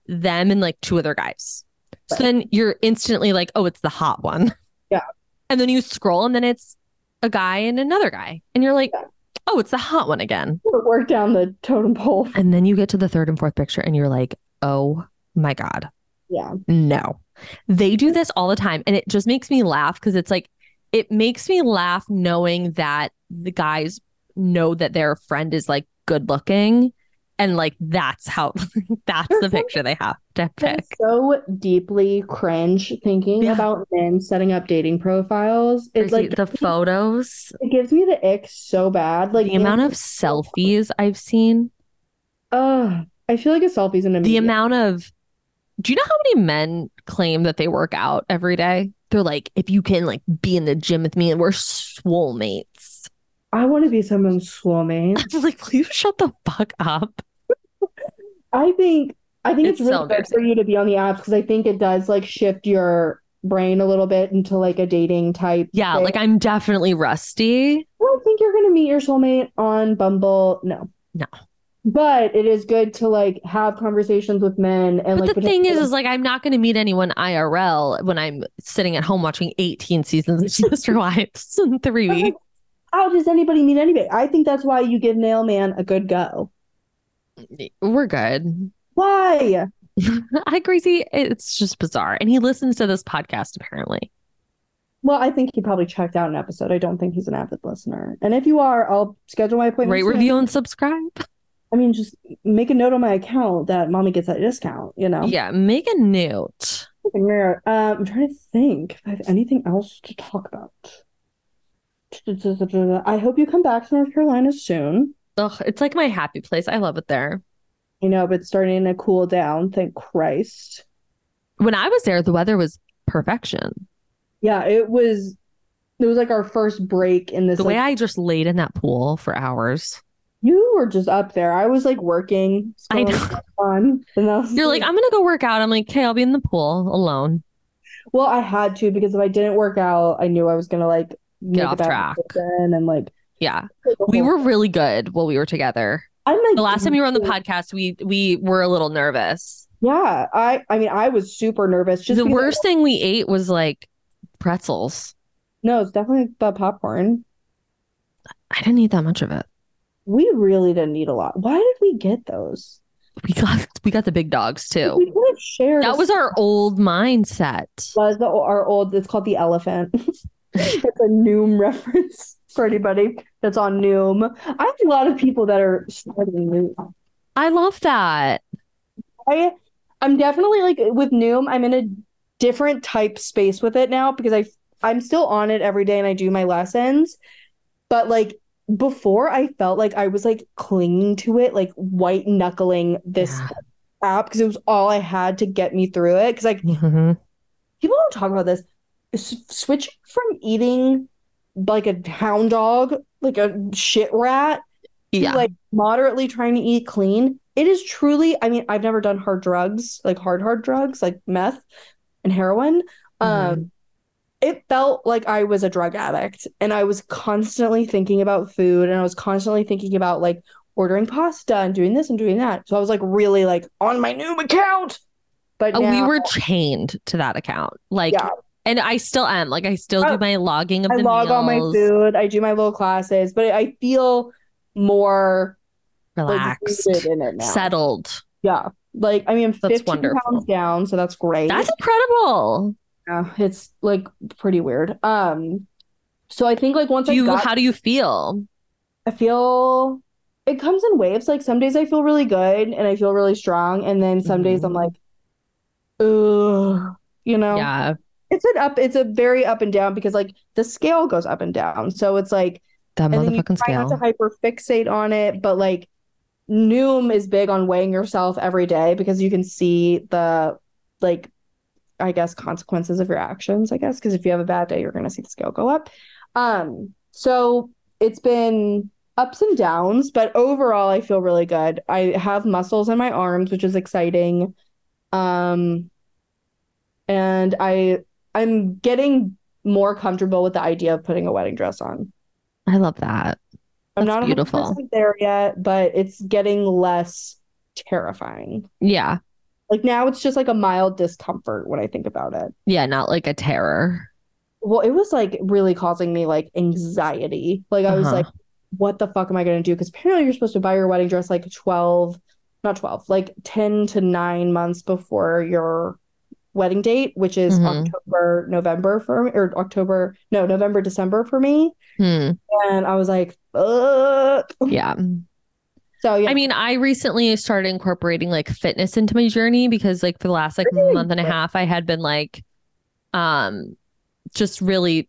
them and like two other guys. So
Right.
then you're instantly like, oh, it's the hot one.
Yeah.
And then you scroll and then it's a guy and another guy. And you're like,
Yeah.
oh, it's the hot one again.
work down the totem pole.
And then you get to the third and fourth picture and you're like, oh my God.
Yeah.
No. They do this all the time. And it just makes me laugh because it's like, it makes me laugh knowing that the guys know that their friend is like good looking. And like, that's how, that's the picture they have to
That's
pick.
so deeply cringe thinking
Yeah.
about men setting up dating profiles. It
It's
like
the photos,
it gives me the ick so bad. Like
the amount of selfies I've seen,
uh, I feel like a selfie's an
the
immediate-
amount of, do you know how many men claim that they work out every day? They're like, if you can like be in the gym with me and we're swole mates.
I want to be someone's swimming.
I'm like, please shut the fuck up.
I think I think it's,
It's so
really good for you to be on the apps because I think it does like shift your brain a little bit into like a dating type.
Yeah,
thing.
like I'm definitely rusty.
I don't think you're gonna meet your soulmate on Bumble. No.
No.
But it is good to like have conversations with men and
But
like
the thing is,
potentially-
is like I'm not going to meet anyone IRL when I'm sitting at home watching 18 seasons of Sister Wives in three
But, like,
weeks.
how does anybody meet anybody? I think that's why you give Nailman a good go.
We're good.
Why?
Hi, Gracie. It's just bizarre. And he listens to this podcast apparently.
Well, I think he probably checked out an episode. I don't think he's an avid listener. And if you are, I'll schedule my appointment
Rate,
soon.
review, and subscribe.
I mean, just make a note on my account that mommy gets that discount, you know?
Yeah, make a note.
Fucking weird. Um, I'm trying to think if I have anything else to talk about. I hope you come back to North Carolina soon.
Ugh, it's like my happy place. I love it there.
You know, but it's starting to cool down, thank Christ.
When I was there, the weather was perfection.
Yeah, it was it was like our first break in this
The way
like,
I just laid in that pool for hours.
You were just up there. I was like working,
I know.
scrolling on, and I was
You're like, I'm gonna go work out. I'm like, okay, I'll be in the pool alone.
well, I had to because if I didn't work out, I knew I was gonna like make a
off
bad
track.
decision and like
Yeah,
take a
we
whole-
were really good while we were together.
I'm like
The last time you were on
Mm-hmm.
the podcast, we we were a little nervous.
Yeah, I I mean I was super nervous. Just
the
because-
worst thing we ate was like pretzels.
No, it's definitely the popcorn.
I didn't eat that much of it.
We really didn't eat a lot. Why did we get those?
We got we got the big dogs
We
too.
could have shared.
That was our old mindset.
was the, our old. It's called the elephant. It's a Noom reference for anybody that's on Noom. I have a lot of people that are starting Noom.
I love that.
I I'm definitely like with Noom, I'm in a different type space with it now because I I'm still on it every day and I do my lessons. But like before I felt like I was like clinging to it, like white knuckling this
Yeah.
app because it was all I had to get me through it. Cause like
Mhm.
people don't talk about this. S- switching from eating like a hound dog, like a shit rat
Yeah,
like moderately trying to eat clean. It is truly, I mean, I've never done hard drugs, like hard, hard drugs, like meth and heroin.
Mm-hmm.
Um, it felt like I was a drug addict and I was constantly thinking about food and I was constantly thinking about like ordering pasta and doing this and doing that. So I was like really like on my new account. But
Uh, we
now
were chained to that account. Like,
Yeah.
and I still am. Like, I still
Oh,
do my logging of
I
the
log all my
meals.
food. I do my little classes, but I feel more like,
Relaxed,
rooted in it now.
settled.
Yeah. Like I mean, I'm
That's
15
wonderful.
pounds down, so that's great.
That's incredible.
Yeah, it's like pretty weird. Um, so I think like once
Do
I
you?
got,
How do you feel?
I feel it comes in waves. Like some days I feel really good and I feel really strong, and then some days I'm
Mhm.
like, ugh, you know.
Yeah,
It's an up. It's a very up and down because like the scale goes up and down. So it's like,
that
and then you
motherfucking
try not to
scale.
hyper fixate on it, but like, Noom is big on weighing yourself every day because you can see the like, I guess consequences of your actions. I guess because if you have a bad day, you're gonna see the scale go up. Um, so it's been ups and downs, but overall, I feel really good. I have muscles in my arms, which is exciting. Um, and I I'm getting more comfortable with the idea of putting a wedding dress on.
I love that.
I'm
That's
not 100%
beautiful.
there yet, but it's getting less terrifying.
Yeah,
Like now, it's just like a mild discomfort when I think about it.
yeah, not like a terror.
Well, it was like really causing me like anxiety. Like I was
Uh-huh.
like, what the fuck am I gonna do? Because apparently you're supposed to buy your wedding dress like 12, not 12, like 10 to 9 months before your wedding date, which is
Mhm.
October, November for me, or October, no, November, December for me.
Hmm.
And I was like, Ugh.
Yeah.
So yeah,
I mean, I recently started incorporating like fitness into my journey because like for the last like
Really?
month and a half I had been like um just really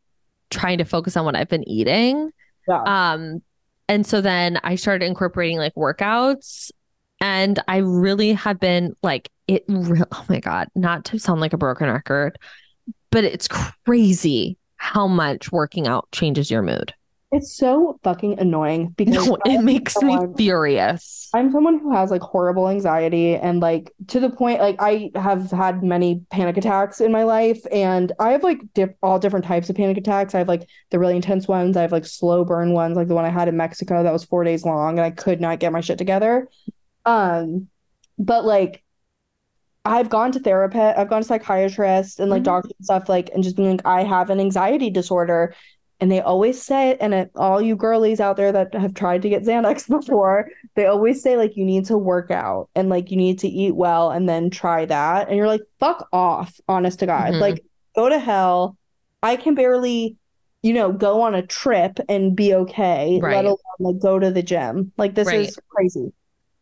trying to focus on what I've been eating.
Yeah.
Um and so then I started incorporating like workouts and I really have been like it real oh my god, not to sound like a broken record, but it's crazy how much working out changes your mood.
it's so fucking annoying because
No, it makes me
someone-
furious.
I'm someone who has like horrible anxiety and like to the point like I have had many panic attacks in my life and I have like dip- all different types of panic attacks. I have like the really intense ones. I have like slow burn ones, like the one I had in Mexico that was 4 days long and I could not get my shit together. Um but like I've gone to therapist, I've gone to psychiatrists and like
Mhm.
doctors and stuff like and just being like I have an anxiety disorder and they always say it and it, all you girlies out there that have tried to get Xanax before they always say like you need to work out and like you need to eat well and then try that and you're like fuck off honest to god
Mhm.
like go to hell i can barely you know go on a trip and be okay
Right.
let alone like go to the gym like this
Right.
is crazy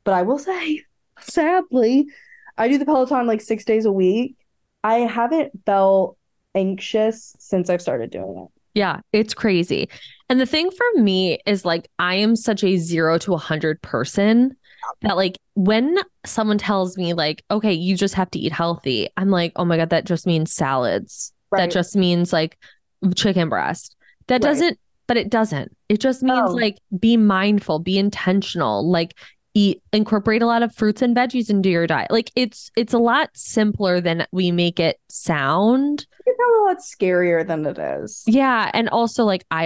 but i will say sadly i do the peloton like 6 days a week i haven't felt anxious since i've started doing it
Yeah, it's crazy. And the thing for me is like I am such a 0 to a 100 person that like when someone tells me like okay, you just have to eat healthy, I'm like, "Oh my god, that just means salads.
Right.
That just means like chicken breast." That
Right.
doesn't but it doesn't. It just means
Oh.
like be mindful, be intentional, like eat incorporate a lot of fruits and veggies into your diet. Like it's it's a lot simpler than we make it sound.
it's a lot scarier than it is
Yeah, and also like I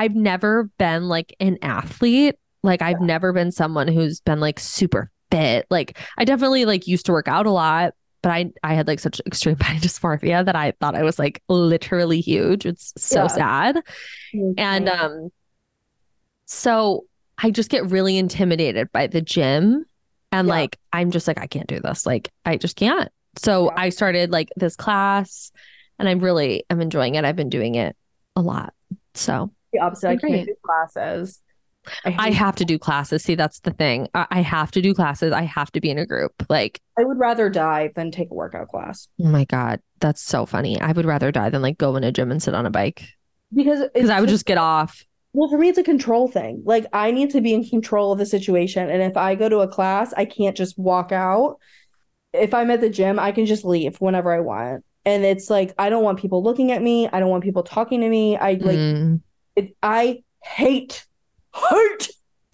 I've never been like an athlete. Like I've never been someone who's been like super fit. Like I definitely like used to work out a lot, but I I had like such extreme body dysmorphia that I thought I was like literally huge. It's so
Yeah.
sad.
Mm-hmm.
And um so I just get really intimidated by the gym and
Yeah.
like I'm just like I can't do this. Like I just can't. So
Yeah.
I started like this class and I really am enjoying it. I've been doing it a lot. So
the opposite i
Great.
can't do classes
I
hate
have to do classes. See, that's the thing. I, I have to do classes. I have to be in a group. Like,
I would rather die than take a workout class
oh my God, that's so funny. I would rather die than like go in a gym and sit on a bike
because
because I would just get off.
well for me it's a control thing. Like I need to be in control of the situation, and if I go to a class, I can't just walk out. If I'm at the gym, I can just leave whenever I want, and it's like I don't want people looking at me. I don't want people talking to me. I like
Mm.
it, I hate hate.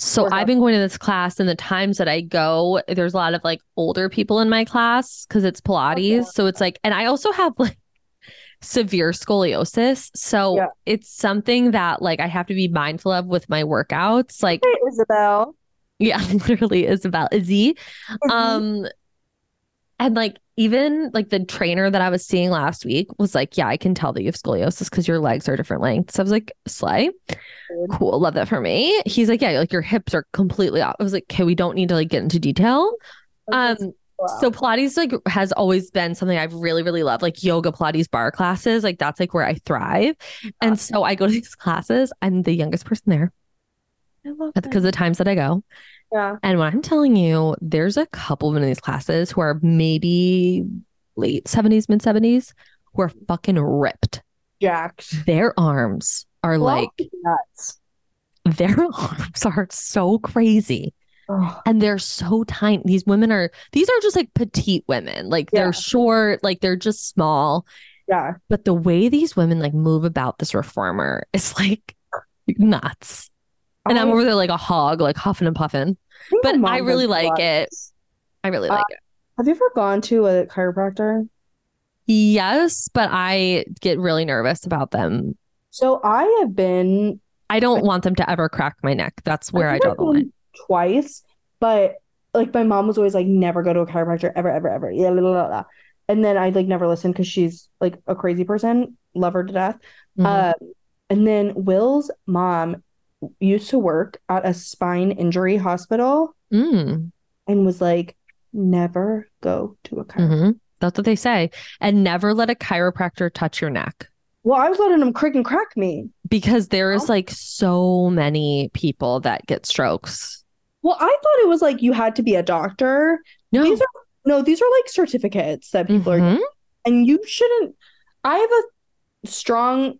So
Or
I've
how-
been going to this class, and the times that I go, there's a lot of like older people in my class because it's Pilates. So it's like, and I also have like severe scoliosis. So
Yeah.
it's something that like I have to be mindful of with my workouts. Like,
Hey, Isabel.
Yeah, literally Isabel. Izzy. Um and like even like the trainer that I was seeing last week was like, Yeah, I can tell that you have scoliosis because your legs are different lengths. So I was like, Slay. Cool, love that for me. He's like, Yeah, like your hips are completely off. I was like, Okay, we don't need to like get into detail. Um so Pilates like has always been something I've really, really loved. Like yoga Pilates bar classes. Like that's like where I thrive. And so I go to these classes. I'm the youngest person there
I love
because of the times that I go.
Yeah.
And when I'm telling you, there's a couple of them in these classes who are maybe late 70s, mid 70s, who are fucking ripped.
Jacked.
Their arms are like,
nuts.
their arms are so crazy.
Oh,
And they're so tiny. These women are, these are just like petite women. Like
Yeah.
they're short, like they're just small.
yeah.
But the way these women like move about this reformer is like nuts. And I'm
I
over there like a hog, like huffing and puffing.
think my
but
mom
I really
does
like
Pilates.
it. I really
Uh,
like it.
Have you ever gone to a chiropractor?
Yes, but I get really nervous about them.
So I have been
I don't want them to ever crack my neck. That's where I,
think
draw
I've
the line.
gone twice, but like my mom was always like, never go to a chiropractor ever, ever, ever. Yeah, blah, blah, blah, blah. And then I like never listened because she's like a crazy person, love her to death.
Mhm.
Um, and then Will's mom used to work at a spine injury hospital
Mm,
and was like, never go to a chiropractor.
mhm. That's what they say. And never let a chiropractor touch your neck
Well, I was letting him crick and crack me.
because there is
Wow.
like so many people that get strokes.
Well, I thought it was like you had to be a doctor.
No.
These are no, these are like certificates that people are
Mhm.
and you shouldn't i have a strong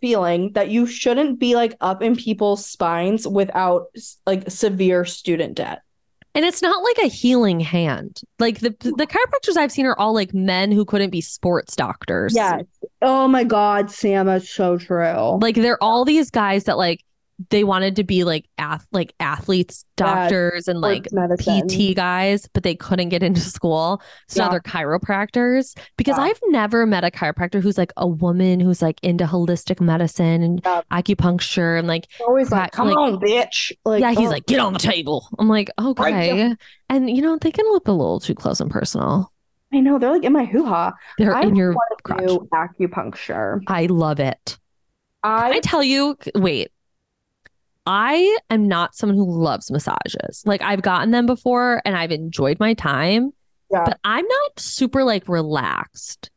feeling that you shouldn't be like up in people's spines without s- like severe student debt
And it's not like a healing hand. Like the the chiropractors I've seen are all like men who couldn't be sports doctors.
oh my god sam that's so true
like they're all these guys that like they wanted to be like ath- like athletes, doctors, and like
Sports medicine.
PT guys, but they couldn't get into school. So now
Yeah.
they're chiropractors. Because
Yeah.
I've never met a chiropractor who's like a woman who's like into holistic medicine and
Yeah.
acupuncture and like,
always like
Right,
come
like-
on bitch like
yeah, he's
oh,
like, get on the table. I'm like, okay. And you know, they can look a little too close in personal.
i know they're like in my hoo-ha
They're
i
in your
want to
crotch.
do acupuncture
I love it. I
i
tell you, wait. I am not someone who loves massages. Like I've gotten them before and I've enjoyed my time,
yeah
but I'm not super like relaxed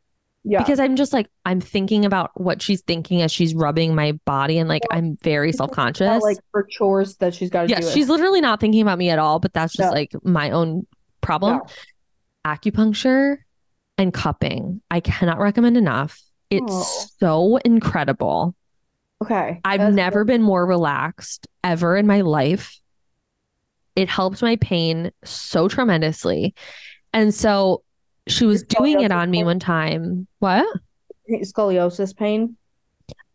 yeah
because I'm just like I'm thinking about what she's thinking as she's rubbing my body and like I'm very
She's just
self-conscious.
like for chores that she's got to
yeah,
do it.
she's literally not thinking about me at all, but that's just
No.
like my own problem. Acupuncture and cupping. I cannot recommend enough. It's
Oh.
so incredible.
okay
I've
That's-
never been more relaxed ever in my life. It helped my pain so tremendously. And so she was
Your
doing it
scoliosis
on me
pain?
one time. What?
scoliosis pain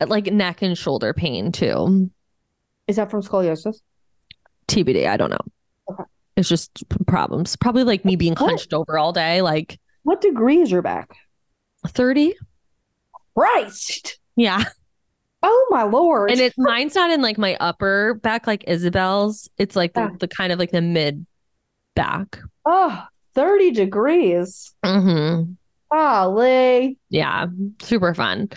Like neck and shoulder pain too.
is that from scoliosis
TBD, I don't know.
Okay.
It's just p- problems. Probably like me being
What?
hunched over all day, like
what degree is your back
30.
christ
Yeah.
Oh my lord.
And it mine's not in like my upper back like Isabel's. It's like
Yeah.
the, the kind of like the mid back.
oh, 30 degrees.
Mm-hmm.
Golly.
Yeah, super fun.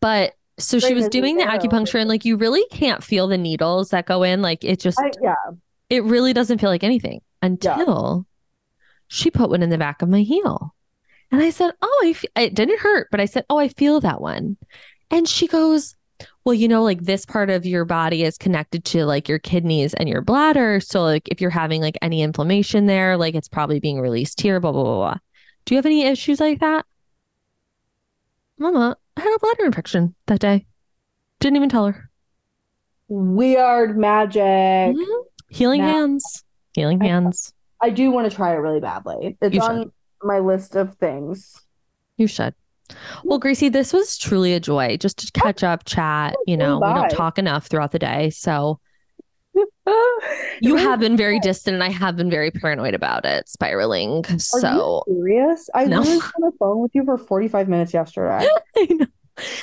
But so she
Like
was
this is
doing the
arrow.
acupuncture, and like you really can't feel the needles that go in. Like it just,
I, yeah.
it really doesn't feel like anything until she put one in the back of my heel. And I said, Oh, I f-, it didn't hurt, but I said, Oh, I feel that one. And she goes, Well, you know, like this part of your body is connected to like your kidneys and your bladder. So, like, if you're having like any inflammation there, like it's probably being released here, blah, blah, blah, blah. Do you have any issues like that? Mama, I had a bladder infection that day. Didn't even tell her.
Weird magic.
Mhm. Healing
Now-
hands. Healing
I-
hands.
I do want to try it really badly. It's
You
on my list of things.
You should. Well, Gracie, this was truly a joy just to catch up, chat. You
Oh, so
know, we
bye.
don't talk enough throughout the day. So you
Really?
have been very distant and I have been very paranoid about it spiraling.
Are
So
you serious? I
No.
literally was on the phone with you for 45 minutes yesterday.
I know,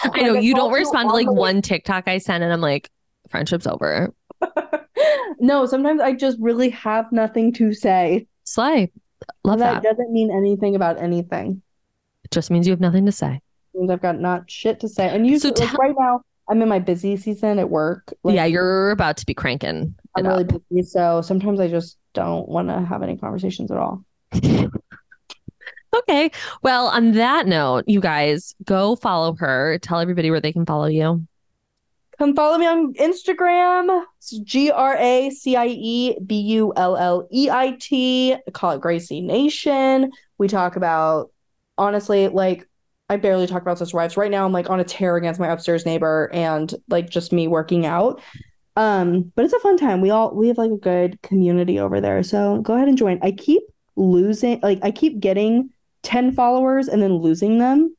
I
Like,
know you don't
called
respond to
on
like
the-
one TikTok I sent and I'm like, friendship's over.
no, sometimes I just really have nothing to say.
Slay. Love
that,
that.
doesn't mean anything about anything.
It just means you have nothing to say.
It means I've got not shit to say. And usually, like,
tell-
right now, I'm in my busy season at work. Like,
yeah, you're about to be cranking. it
I'm really
up.
busy, so sometimes I just don't want to have any conversations at all.
Okay. Well, on that note, you guys go follow her. Tell everybody where they can follow you.
Come follow me on Instagram. It's G R A C I E B U L L E I T. I Call it Gracie Nation. We talk about, honestly, like, I barely talk about sister wives. Right now, I'm like on a tear against my upstairs neighbor and like just me working out. Um, but it's a fun time. We all, we have like a good community over there. So go ahead and join. I keep losing, like, I keep getting 10 followers and then losing them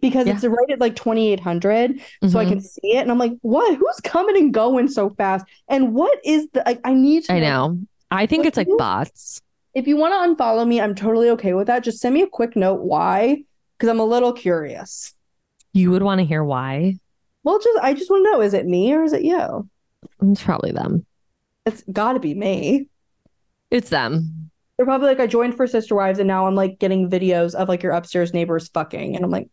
because
Yeah.
it's right at like 2,800 so I
Mhm.
can see it. And I'm like, what? Who's coming and going so fast? And what is the like? I need to
I know. I think
What
it's like
you-
bots.
If you want to unfollow me, I'm totally okay with that. Just send me a quick note why, because I'm a little curious.
You would want to hear why.
Well, just I just want to know: is it me or is it you?
It's probably them.
It's got to be me.
It's them.
They're probably like, I joined for Sister Wives, and now I'm like getting videos of like your upstairs neighbors fucking, and I'm like,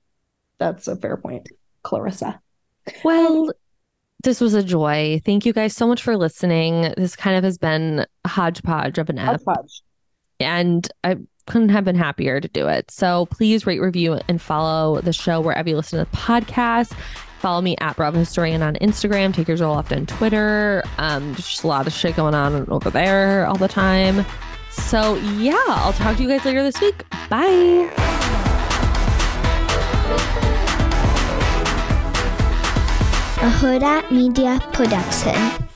that's a fair point, Clarissa.
Well, this was a joy. Thank you guys so much for listening. This kind of has been a hodgepodge of an
I'll
app,
touch.
and I couldn't have been happier to do it. So please rate, review, and follow the show wherever you listen to the podcast. Follow me at Rob Historian on Instagram, Take Your Soul Left on Twitter. Um, there's just a lot of shit going on over there all the time. So yeah, I'll talk to you guys later this week. Bye.
a Huda Media production.